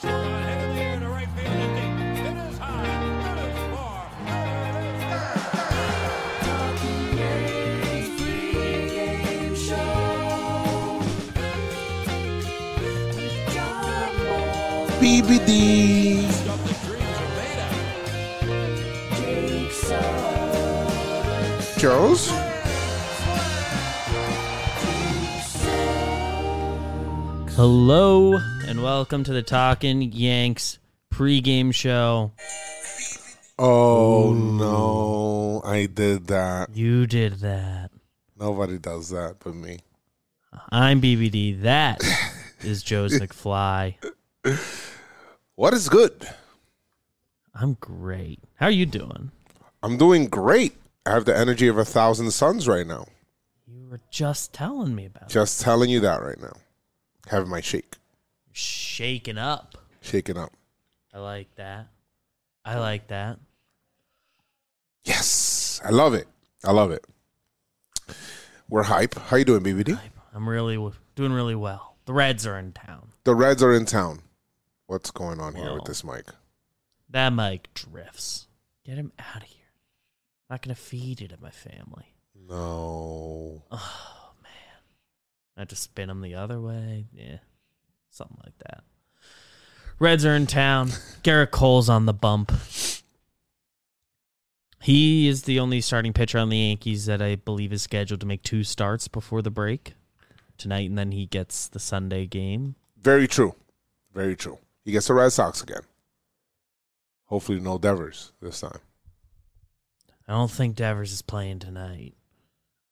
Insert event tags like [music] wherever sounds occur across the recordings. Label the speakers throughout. Speaker 1: She got it in the air to right field and deep. It is high. It is far. It is
Speaker 2: BBD.
Speaker 1: stuff that dreams are made of.
Speaker 2: Charles?
Speaker 3: Hello and welcome to the Talking Yanks pregame show.
Speaker 2: Oh no, I did that.
Speaker 3: You did that.
Speaker 2: Nobody does that but me.
Speaker 3: I'm BBD. That is Joe's McFly.
Speaker 2: What is good?
Speaker 3: I'm great. How are you doing?
Speaker 2: I'm doing great. I have the energy of a thousand suns right now.
Speaker 3: You were just telling me about it.
Speaker 2: Just telling you that right now. Have my shake.
Speaker 3: Shaking up.
Speaker 2: Shaken up.
Speaker 3: I like that. I like that.
Speaker 2: Yes. I love it. I love it. We're hype. How you doing, BBD?
Speaker 3: I'm really w- doing really well. The Reds are in town.
Speaker 2: The Reds are in town. What's going on here
Speaker 3: Wow.
Speaker 2: with this mic?
Speaker 3: That mic drifts. Get him out of here. not gonna feed it at my family.
Speaker 2: No.
Speaker 3: Oh man. I had to spin them the other way. Yeah. Something like that. Reds are in town. Garrett Cole's on the bump. He is the only starting pitcher on the Yankees that I believe is scheduled to make two starts before the break tonight, and then he gets the Sunday game.
Speaker 2: Very true. Very true. He gets the Red Sox again. Hopefully, no Devers this time.
Speaker 3: I don't think Devers is playing tonight,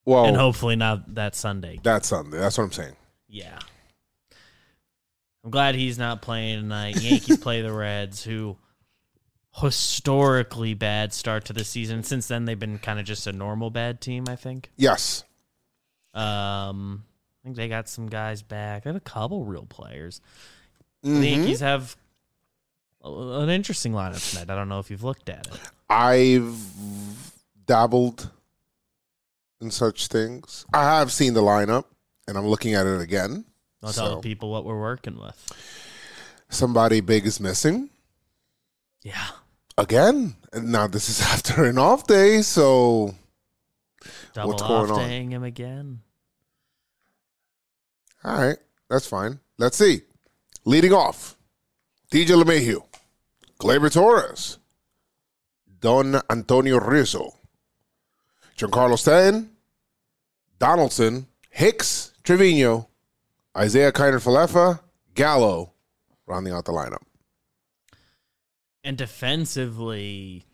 Speaker 2: Well,
Speaker 3: and hopefully not that Sunday.
Speaker 2: that's Sunday. That's what I'm saying.
Speaker 3: Yeah. I'm glad he's not playing tonight. Yankees play the Reds, who historically bad start to the season. Since then, they've been kind of just a normal bad team, I think.
Speaker 2: Yes.
Speaker 3: Um, I think they got some guys back. They have a couple real players. The
Speaker 2: Mhm.
Speaker 3: Yankees have a- an interesting lineup tonight. I don't know if you've looked at it.
Speaker 2: I've dabbled in such things. I have seen the lineup, and I'm looking at it again.
Speaker 3: I'll tell
Speaker 2: So-
Speaker 3: the people what we're working with.
Speaker 2: Somebody big is missing
Speaker 3: Yeah.
Speaker 2: again. And now this is [laughs] after an off day, so
Speaker 3: Double
Speaker 2: What's
Speaker 3: off
Speaker 2: going
Speaker 3: to
Speaker 2: on?
Speaker 3: hang him again.
Speaker 2: all right, that's fine. Let's see. Leading off, DJ LeMahieu, Gleyber Torres, Don Antonio Rizzo, Giancarlo Stanton, Donaldson, Hicks, Trevino, Isaiah Kiner Falefa, Gallo, rounding out the lineup.
Speaker 3: And defensively,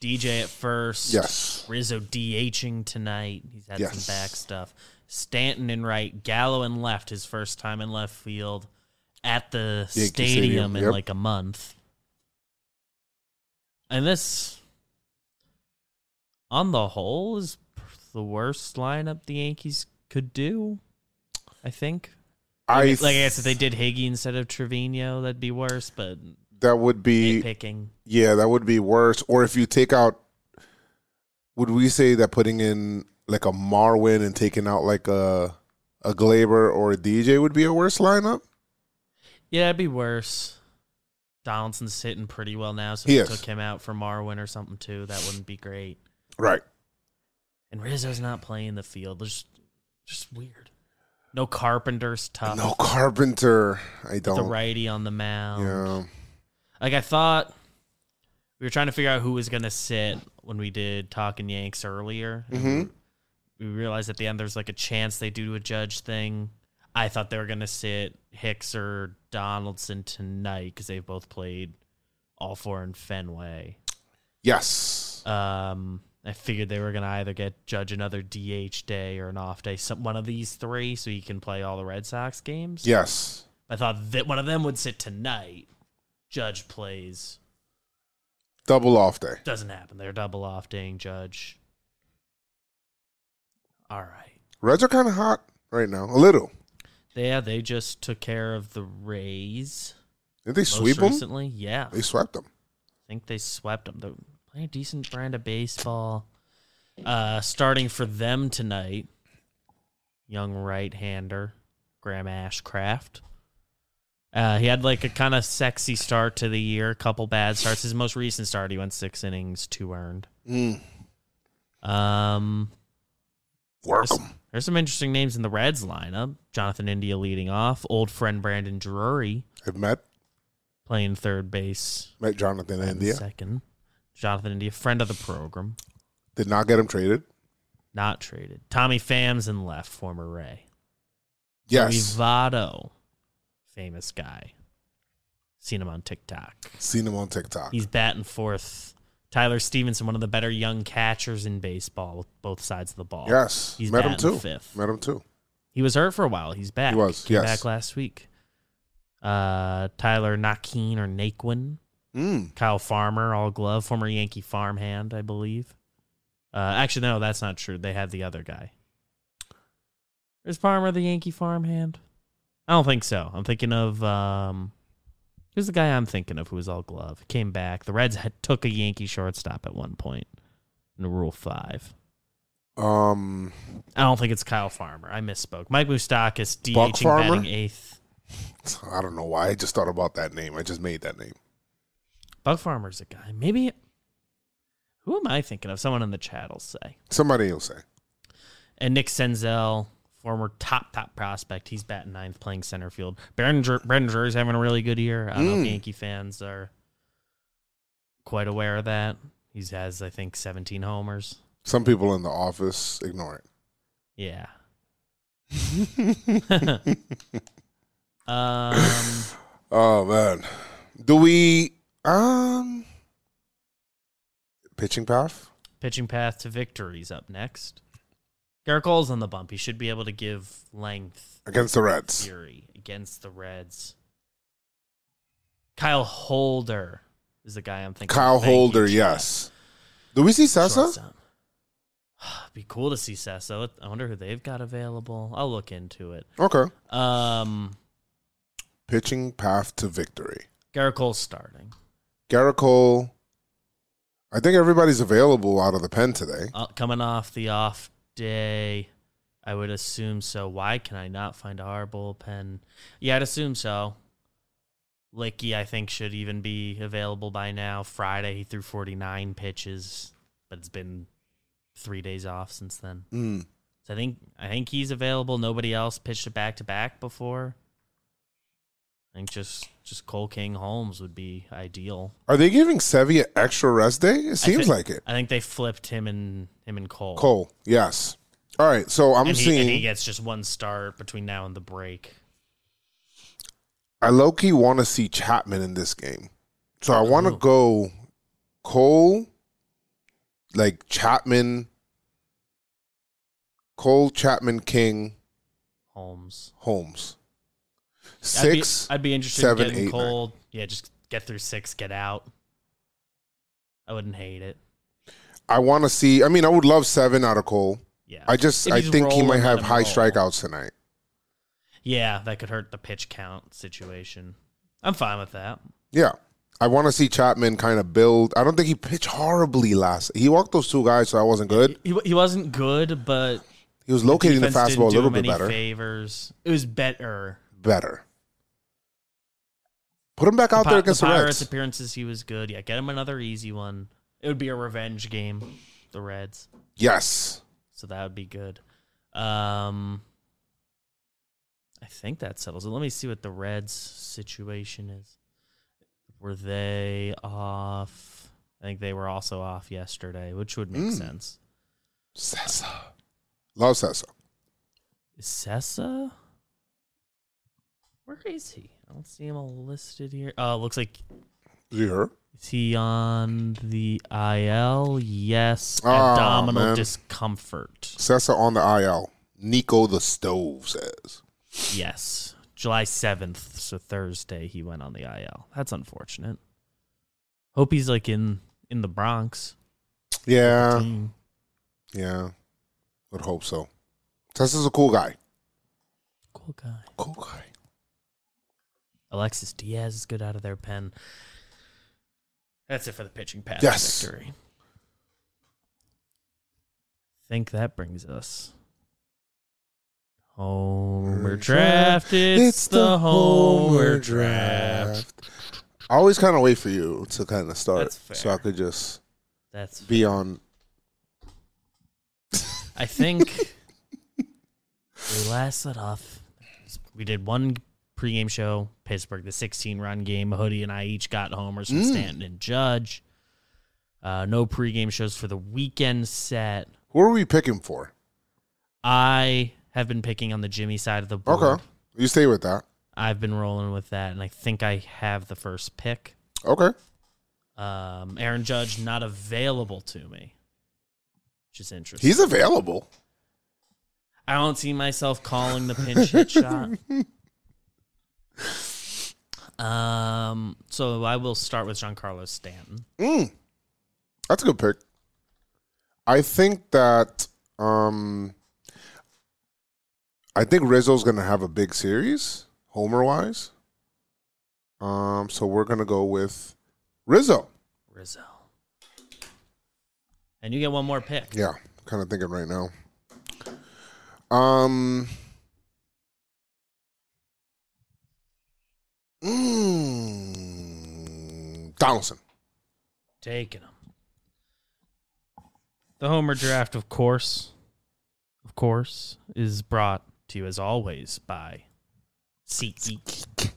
Speaker 3: DJ at first.
Speaker 2: Yes.
Speaker 3: Rizzo DHing tonight. He's had
Speaker 2: Yes.
Speaker 3: some back stuff. Stanton in right, Gallo in left, his first time in left field at the
Speaker 2: Yankee
Speaker 3: stadium,
Speaker 2: Stadium,
Speaker 3: in
Speaker 2: yep.
Speaker 3: like a month. And this, on the whole, is p- the worst lineup the Yankees could do, I think.
Speaker 2: I
Speaker 3: Like, I guess if they did Higgy instead of Trevino, that'd be worse, but
Speaker 2: that would be
Speaker 3: nitpicking.
Speaker 2: Yeah, that would be worse. Or if you take out, would we say that putting in like a Marwin and taking out like a a Glaber or a DJ would be a worse lineup?
Speaker 3: Yeah, it'd be worse. Donaldson's hitting pretty well now, so
Speaker 2: He
Speaker 3: if you
Speaker 2: is.
Speaker 3: took him out for Marwin or something too, that wouldn't be great.
Speaker 2: Right.
Speaker 3: And Rizzo's not playing the field. It's just weird. No Carpenter's tough.
Speaker 2: no Carpenter. I
Speaker 3: Uh, the
Speaker 2: don't.
Speaker 3: righty on the mound.
Speaker 2: yeah.
Speaker 3: Like I thought we were trying to figure out who was gonna sit when we did Talking Yanks earlier. and
Speaker 2: Mhm.
Speaker 3: We realized at the end there's like a chance they do a judge thing. I thought they were gonna sit Hicks or Donaldson tonight because they've both played all four in Fenway.
Speaker 2: Yes.
Speaker 3: Um, I figured they were gonna either get judge another DH day or an off day, some one of these three, so you can play all the Red Sox games.
Speaker 2: Yes.
Speaker 3: I thought that one of them would sit tonight. Judge plays
Speaker 2: Double off day.
Speaker 3: doesn't happen. They're double off dang judge. All right.
Speaker 2: Reds are kind of hot right now. A little.
Speaker 3: Yeah, they just took care of the Rays.
Speaker 2: Did they
Speaker 3: most
Speaker 2: sweep them?
Speaker 3: recently. Yeah,
Speaker 2: They swept them.
Speaker 3: I think they swept them. They're playing a decent brand of baseball. Uh, starting for them tonight, young right-hander Graham Ashcraft. Uh, he had like a kind of sexy start to the year, a couple bad starts. His most recent start, he went six innings, two earned.
Speaker 2: Mm.
Speaker 3: Um,
Speaker 2: Work
Speaker 3: Yes.
Speaker 2: 'em.
Speaker 3: there's some interesting names in the Reds lineup. Jonathan India leading off, old friend Brandon Drury
Speaker 2: I've met
Speaker 3: playing third base
Speaker 2: met Jonathan
Speaker 3: and
Speaker 2: India.
Speaker 3: second. Jonathan India, friend of the program,
Speaker 2: Did not get him traded.
Speaker 3: not traded. Tommy Phams in left, former Ray.
Speaker 2: Yes,
Speaker 3: Vado, famous guy. Seen him on TikTok.
Speaker 2: seen him on TikTok.
Speaker 3: He's batting fourth. Tyler Stevenson, one of the better young catchers in baseball with both sides of the ball.
Speaker 2: yes,
Speaker 3: He's
Speaker 2: met him
Speaker 3: batting
Speaker 2: too.
Speaker 3: fifth.
Speaker 2: Met him too.
Speaker 3: He was hurt for a while. He's back.
Speaker 2: He was,
Speaker 3: Came
Speaker 2: yes.
Speaker 3: back last week. Uh, Tyler Nakeen or Naquin.
Speaker 2: Mm.
Speaker 3: Kyle Farmer, all glove, former Yankee farmhand, I believe. Uh, actually, no, that's not true. They had the other guy. Is Farmer the Yankee farmhand? I don't think so. I'm thinking of um, who's the guy I'm thinking of who was all glove. Came back. The Reds had, took a Yankee shortstop at one point in Rule Five.
Speaker 2: Um,
Speaker 3: I don't think it's Kyle Farmer. I misspoke. Mike Moustakis,
Speaker 2: Buck
Speaker 3: DHing,
Speaker 2: Farmer?
Speaker 3: batting eighth.
Speaker 2: I don't know why. I just thought about that name. I just made that name.
Speaker 3: Buck Farmer's a guy. Maybe. Who am I thinking of? Someone in the chat will say.
Speaker 2: Somebody will say.
Speaker 3: And Nick Senzel, former top top prospect, he's batting ninth, playing center field. Brandon Dr- Brandon Drury's having a really good year. I don't know if
Speaker 2: Mm.
Speaker 3: Yankee fans are quite aware of that. He has, I think, 17 homers.
Speaker 2: Some people in the office ignore
Speaker 3: Yeah.
Speaker 2: it. [coughs]
Speaker 3: Um,
Speaker 2: oh man, do we um pitching path?
Speaker 3: pitching path to victories up next. Garrett Cole's on the bump. He should be able to give length
Speaker 2: against the Reds.
Speaker 3: Fury against the Reds. Kyle Holder is the guy I'm thinking.
Speaker 2: Kyle
Speaker 3: of. Thank you,
Speaker 2: Holder,
Speaker 3: Chad.
Speaker 2: yes. Do we see Sessa?
Speaker 3: Shortstop. [sighs] Be cool to see Sessa. I wonder who they've got available. I'll look into it.
Speaker 2: Okay.
Speaker 3: Um,
Speaker 2: Pitching path to victory.
Speaker 3: Garrett Cole's starting.
Speaker 2: Garrett Cole. I think everybody's available out of the pen today.
Speaker 3: Uh, coming off the off day, I would assume so. Why can I not find our bullpen? Yeah, I'd assume so. Licky, I think, should even be available by now. Friday, he threw 49 pitches, but it's been three days off since then.
Speaker 2: Mm.
Speaker 3: So I think I think he's available. Nobody else pitched it back to back before. I think just just Cole King Holmes would be ideal.
Speaker 2: Are they giving Sevy an extra rest day? It
Speaker 3: I
Speaker 2: seems
Speaker 3: thi-
Speaker 2: like it.
Speaker 3: I think they flipped him and him and Cole.
Speaker 2: Cole, yes. All right, so I'm
Speaker 3: and he,
Speaker 2: seeing.
Speaker 3: and he gets just one start between now and the break.
Speaker 2: I low key want to see Chapman in this game. So I want to
Speaker 3: Ooh.
Speaker 2: go Cole, like Chapman, Cole, Chapman, King,
Speaker 3: Holmes.
Speaker 2: Holmes.
Speaker 3: I'd be-
Speaker 2: Six.
Speaker 3: I'd be, interested
Speaker 2: seven,
Speaker 3: in getting
Speaker 2: eight,
Speaker 3: Cole. Yeah, just get through six, get out. I wouldn't hate it.
Speaker 2: I want to see. I mean, I would love seven out of Cole.
Speaker 3: Yeah.
Speaker 2: I just,
Speaker 3: If
Speaker 2: I
Speaker 3: he's
Speaker 2: think he
Speaker 3: rolling,
Speaker 2: might
Speaker 3: let
Speaker 2: have
Speaker 3: him
Speaker 2: high
Speaker 3: roll.
Speaker 2: strikeouts tonight.
Speaker 3: Yeah, that could hurt the pitch count situation. I'm fine with that.
Speaker 2: Yeah. I want to see Chapman kind of build. I don't think he pitched horribly last. He walked those two guys, so I wasn't good.
Speaker 3: He, he wasn't good, but
Speaker 2: He was locating the,
Speaker 3: defense
Speaker 2: fastball a
Speaker 3: didn't do
Speaker 2: little
Speaker 3: him
Speaker 2: bit
Speaker 3: any
Speaker 2: better.
Speaker 3: Favors. It was better.
Speaker 2: better. Put him back out there
Speaker 3: Pi-
Speaker 2: against
Speaker 3: the
Speaker 2: the,
Speaker 3: Pirates
Speaker 2: Reds.
Speaker 3: appearances, he was good. Yeah, get him another easy one. It would be a revenge game, the Reds.
Speaker 2: Yes.
Speaker 3: So that would be good. Um, I think that settles it. Let me see what the Reds' situation is. Were they off? I think they were also off yesterday, which would
Speaker 2: Mm.
Speaker 3: make sense.
Speaker 2: Sessa. Love Sessa.
Speaker 3: Is Sessa? Where is he? I don't see him all listed here. Oh, it looks like
Speaker 2: Is he hurt?
Speaker 3: Is he on the IL? Yes.
Speaker 2: Oh,
Speaker 3: Abdominal
Speaker 2: man.
Speaker 3: discomfort.
Speaker 2: Sessa on the IL. Nico the Stove says.
Speaker 3: Yes. July 7th, so Thursday, he went on the IL. That's unfortunate. Hope he's like in in the Bronx.
Speaker 2: Yeah.
Speaker 3: Mm.
Speaker 2: Yeah. Would hope so. Sessa's a cool guy.
Speaker 3: Cool guy.
Speaker 2: Cool guy.
Speaker 3: Alexis Diaz is good out of their pen. That's it for the pitching path
Speaker 2: Yes.
Speaker 3: victory. think that brings us Homer
Speaker 2: Homer
Speaker 3: draft.
Speaker 2: draft.
Speaker 3: It's the Homer draft.
Speaker 2: I always kind of wait for you to kind of start,
Speaker 3: That's fair.
Speaker 2: so I could just
Speaker 3: That's.
Speaker 2: be on.
Speaker 3: I think we last let off. We did one pregame show, Pittsburgh, the 16 run game. Hoodie and I each got homers from
Speaker 2: Mm.
Speaker 3: Stanton and Judge. Uh, no pregame shows for the weekend set.
Speaker 2: Who are we picking for?
Speaker 3: I have been picking on the Jimmy side of the board.
Speaker 2: Okay, you stay with that.
Speaker 3: I've been rolling with that, and I think I have the first pick.
Speaker 2: Okay,
Speaker 3: Um, Aaron Judge not available to me, which is interesting.
Speaker 2: he's available.
Speaker 3: I don't see myself calling the pinch hit shot. Um, so I will start with Giancarlo Stanton.
Speaker 2: Mm. That's a good pick. I think that um I think Rizzo's gonna have a big series, homer wise. Um, so we're gonna go with Rizzo.
Speaker 3: Rizzo. And you get one more pick.
Speaker 2: Yeah, kind of thinking right now. Um. Mm, Donaldson.
Speaker 3: Taking him. The Homer draft, of course, of course, is brought to you as always by SeatGeek.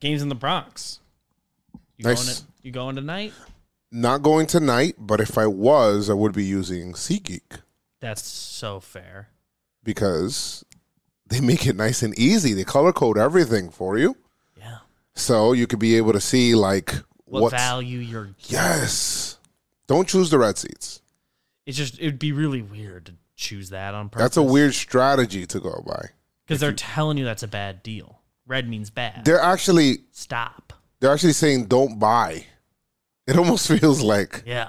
Speaker 3: Games in the Bronx. You
Speaker 2: Nice.
Speaker 3: going? You going tonight?
Speaker 2: Not going tonight, but if I was, I would be using SeatGeek.
Speaker 3: That's so fair.
Speaker 2: because they make it nice and easy. They color code everything for you,
Speaker 3: Yeah.
Speaker 2: so you could be able to see like
Speaker 3: What
Speaker 2: what's-
Speaker 3: value you're?
Speaker 2: Yes, don't choose the red seats.
Speaker 3: It's just it'd be really weird to choose that on purpose.
Speaker 2: That's a weird strategy to go by.
Speaker 3: because they're telling you that's a bad deal. Red means bad.
Speaker 2: They're actually
Speaker 3: Stop.
Speaker 2: they're actually saying don't buy. It [laughs] almost feels like
Speaker 3: Yeah.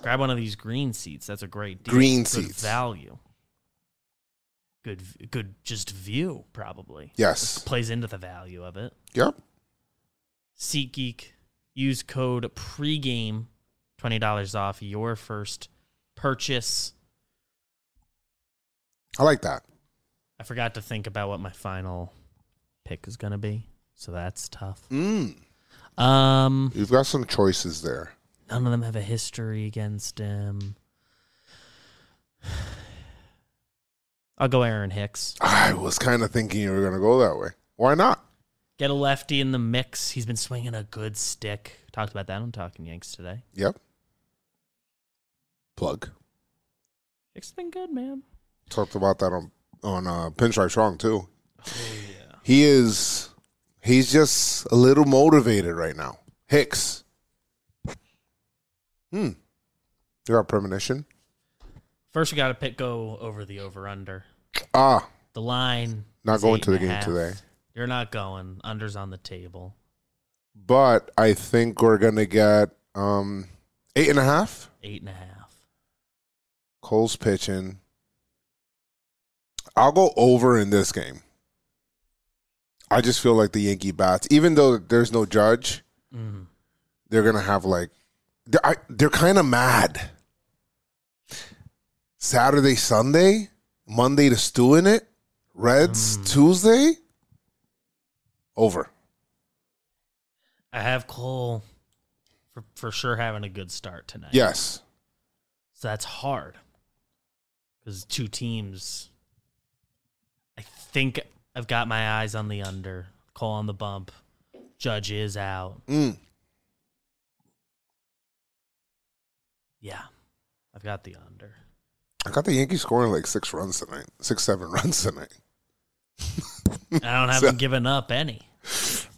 Speaker 3: Grab one of these green seats. That's a great deal.
Speaker 2: Green
Speaker 3: good
Speaker 2: seats.
Speaker 3: Value. Good, v- good, just view probably.
Speaker 2: yes,
Speaker 3: Plays into the value of it.
Speaker 2: yep,
Speaker 3: SeatGeek, use code pregame, $20 off your first purchase.
Speaker 2: I like that.
Speaker 3: I forgot to think about what my final pick is going to be. So that's tough.
Speaker 2: Mm.
Speaker 3: Um,
Speaker 2: You've got some choices there.
Speaker 3: none of them have a history against him. [sighs] I'll go Aaron Hicks.
Speaker 2: I was kind of thinking you were gonna go that way. Why not?
Speaker 3: Get a lefty in the mix. He's been swinging a good stick. Talked about that on Talking Yanks today.
Speaker 2: Yep. Plug.
Speaker 3: Hicks has been good, man.
Speaker 2: Talked about that on on uh, Pinstripe Strong too.
Speaker 3: Yeah.
Speaker 2: he is he's just a little motivated right now. Hicks. Hmm. You got premonition?
Speaker 3: First, we got to pick go over the over under.
Speaker 2: Ah,
Speaker 3: The line.
Speaker 2: Not
Speaker 3: is
Speaker 2: going
Speaker 3: eight
Speaker 2: to the
Speaker 3: and a
Speaker 2: game today.
Speaker 3: You're not going. Under's on the table.
Speaker 2: but I think we're gonna get um eight and a half.
Speaker 3: Eight and a half.
Speaker 2: Cole's pitching. I'll go over in this game. I just feel like the Yankee bats, even though there's no judge,
Speaker 3: Mhm.
Speaker 2: they're gonna have like they're, I, they're kind of mad saturday sunday monday to stew in it reds
Speaker 3: Mm.
Speaker 2: tuesday over
Speaker 3: I have Cole for, for sure having a good start tonight.
Speaker 2: yes
Speaker 3: So that's hard because two teams. I think I've got my eyes on the under. Cole on the bump. Judge is out.
Speaker 2: Mm.
Speaker 3: Yeah, I've got the under.
Speaker 2: i got the yankees scoring like six runs tonight six seven [laughs] runs tonight
Speaker 3: I
Speaker 2: [laughs]
Speaker 3: don't have
Speaker 2: So-
Speaker 3: them giving up any.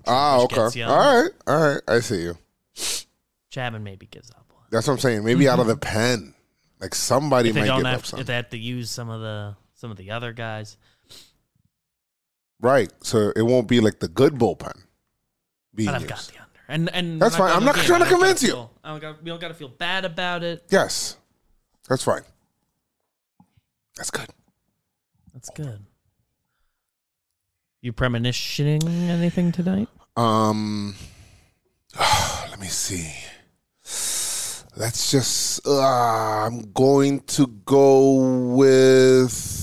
Speaker 2: ah
Speaker 3: Which gets
Speaker 2: okay
Speaker 3: you
Speaker 2: all right all right i see you
Speaker 3: Chapman maybe gives up one.
Speaker 2: that's what i'm saying maybe out of the pen like somebody
Speaker 3: Mm-hmm. If they
Speaker 2: might
Speaker 3: don't
Speaker 2: give
Speaker 3: have
Speaker 2: up
Speaker 3: to, if
Speaker 2: something
Speaker 3: they have to use some of the some of the other guys.
Speaker 2: right so it won't be like the good bullpen being
Speaker 3: But I've
Speaker 2: used.
Speaker 3: got the under. And and
Speaker 2: That's
Speaker 3: when I
Speaker 2: fine.
Speaker 3: go
Speaker 2: I'm not
Speaker 3: the game,
Speaker 2: trying to
Speaker 3: I don't gotta
Speaker 2: convince you.
Speaker 3: feel- I don't got, we don't got to feel bad about it.
Speaker 2: Yes. That's fine. That's good.
Speaker 3: That's good. You premonitioning anything tonight?
Speaker 2: Um [sighs] let me see. Let's just uh, I'm going to go with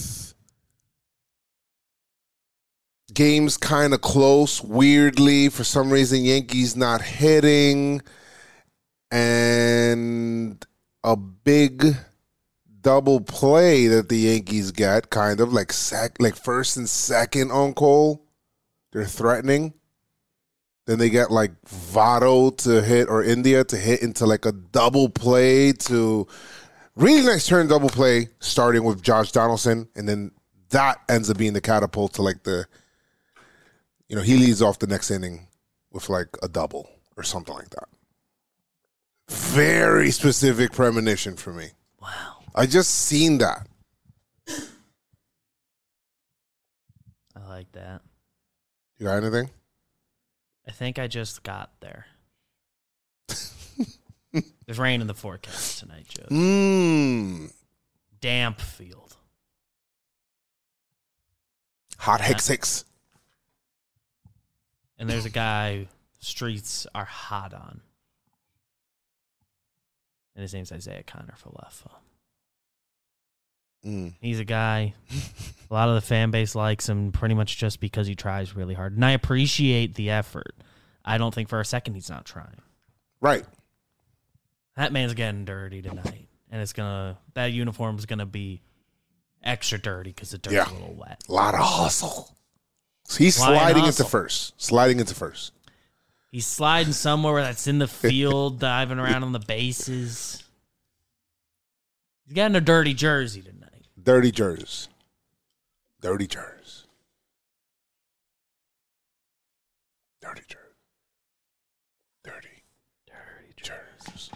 Speaker 2: games kind of close weirdly for some reason yankees not hitting and a big double play that the yankees got kind of like sec- like first and second on cole they're threatening then they got like Votto to hit or India to hit into like a double play to really nice turn double play starting with Josh Donaldson and then that ends up being the catapult to like the you know he leads off the next inning with like a double or something like that. Very specific premonition for me.
Speaker 3: Wow.
Speaker 2: I just seen that.
Speaker 3: I like that.
Speaker 2: You got anything?
Speaker 3: I think I just got there. There's rain in the forecast tonight, Joe.
Speaker 2: Mmm.
Speaker 3: Damp field.
Speaker 2: Hot hex six.
Speaker 3: And there's a guy streets are hot on. And his name's Isaiah Connor Falefa.
Speaker 2: Mm.
Speaker 3: He's a guy. A lot of the fan base likes him pretty much just because he tries really hard. And I appreciate the effort. I don't think for a second he's not trying.
Speaker 2: Right.
Speaker 3: That man's getting dirty tonight. And it's gonna that uniform's gonna be extra dirty because the dirt's
Speaker 2: Yeah.
Speaker 3: a little wet.
Speaker 2: A lot of hustle. So he's
Speaker 3: Lion
Speaker 2: sliding
Speaker 3: hustle.
Speaker 2: into first. Sliding into first.
Speaker 3: He's sliding somewhere that's in the field, diving around on the bases. He's got in a dirty jersey tonight.
Speaker 2: Dirty jerseys. Dirty jerseys. Dirty jerseys. Dirty
Speaker 3: Dirty
Speaker 2: jerseys.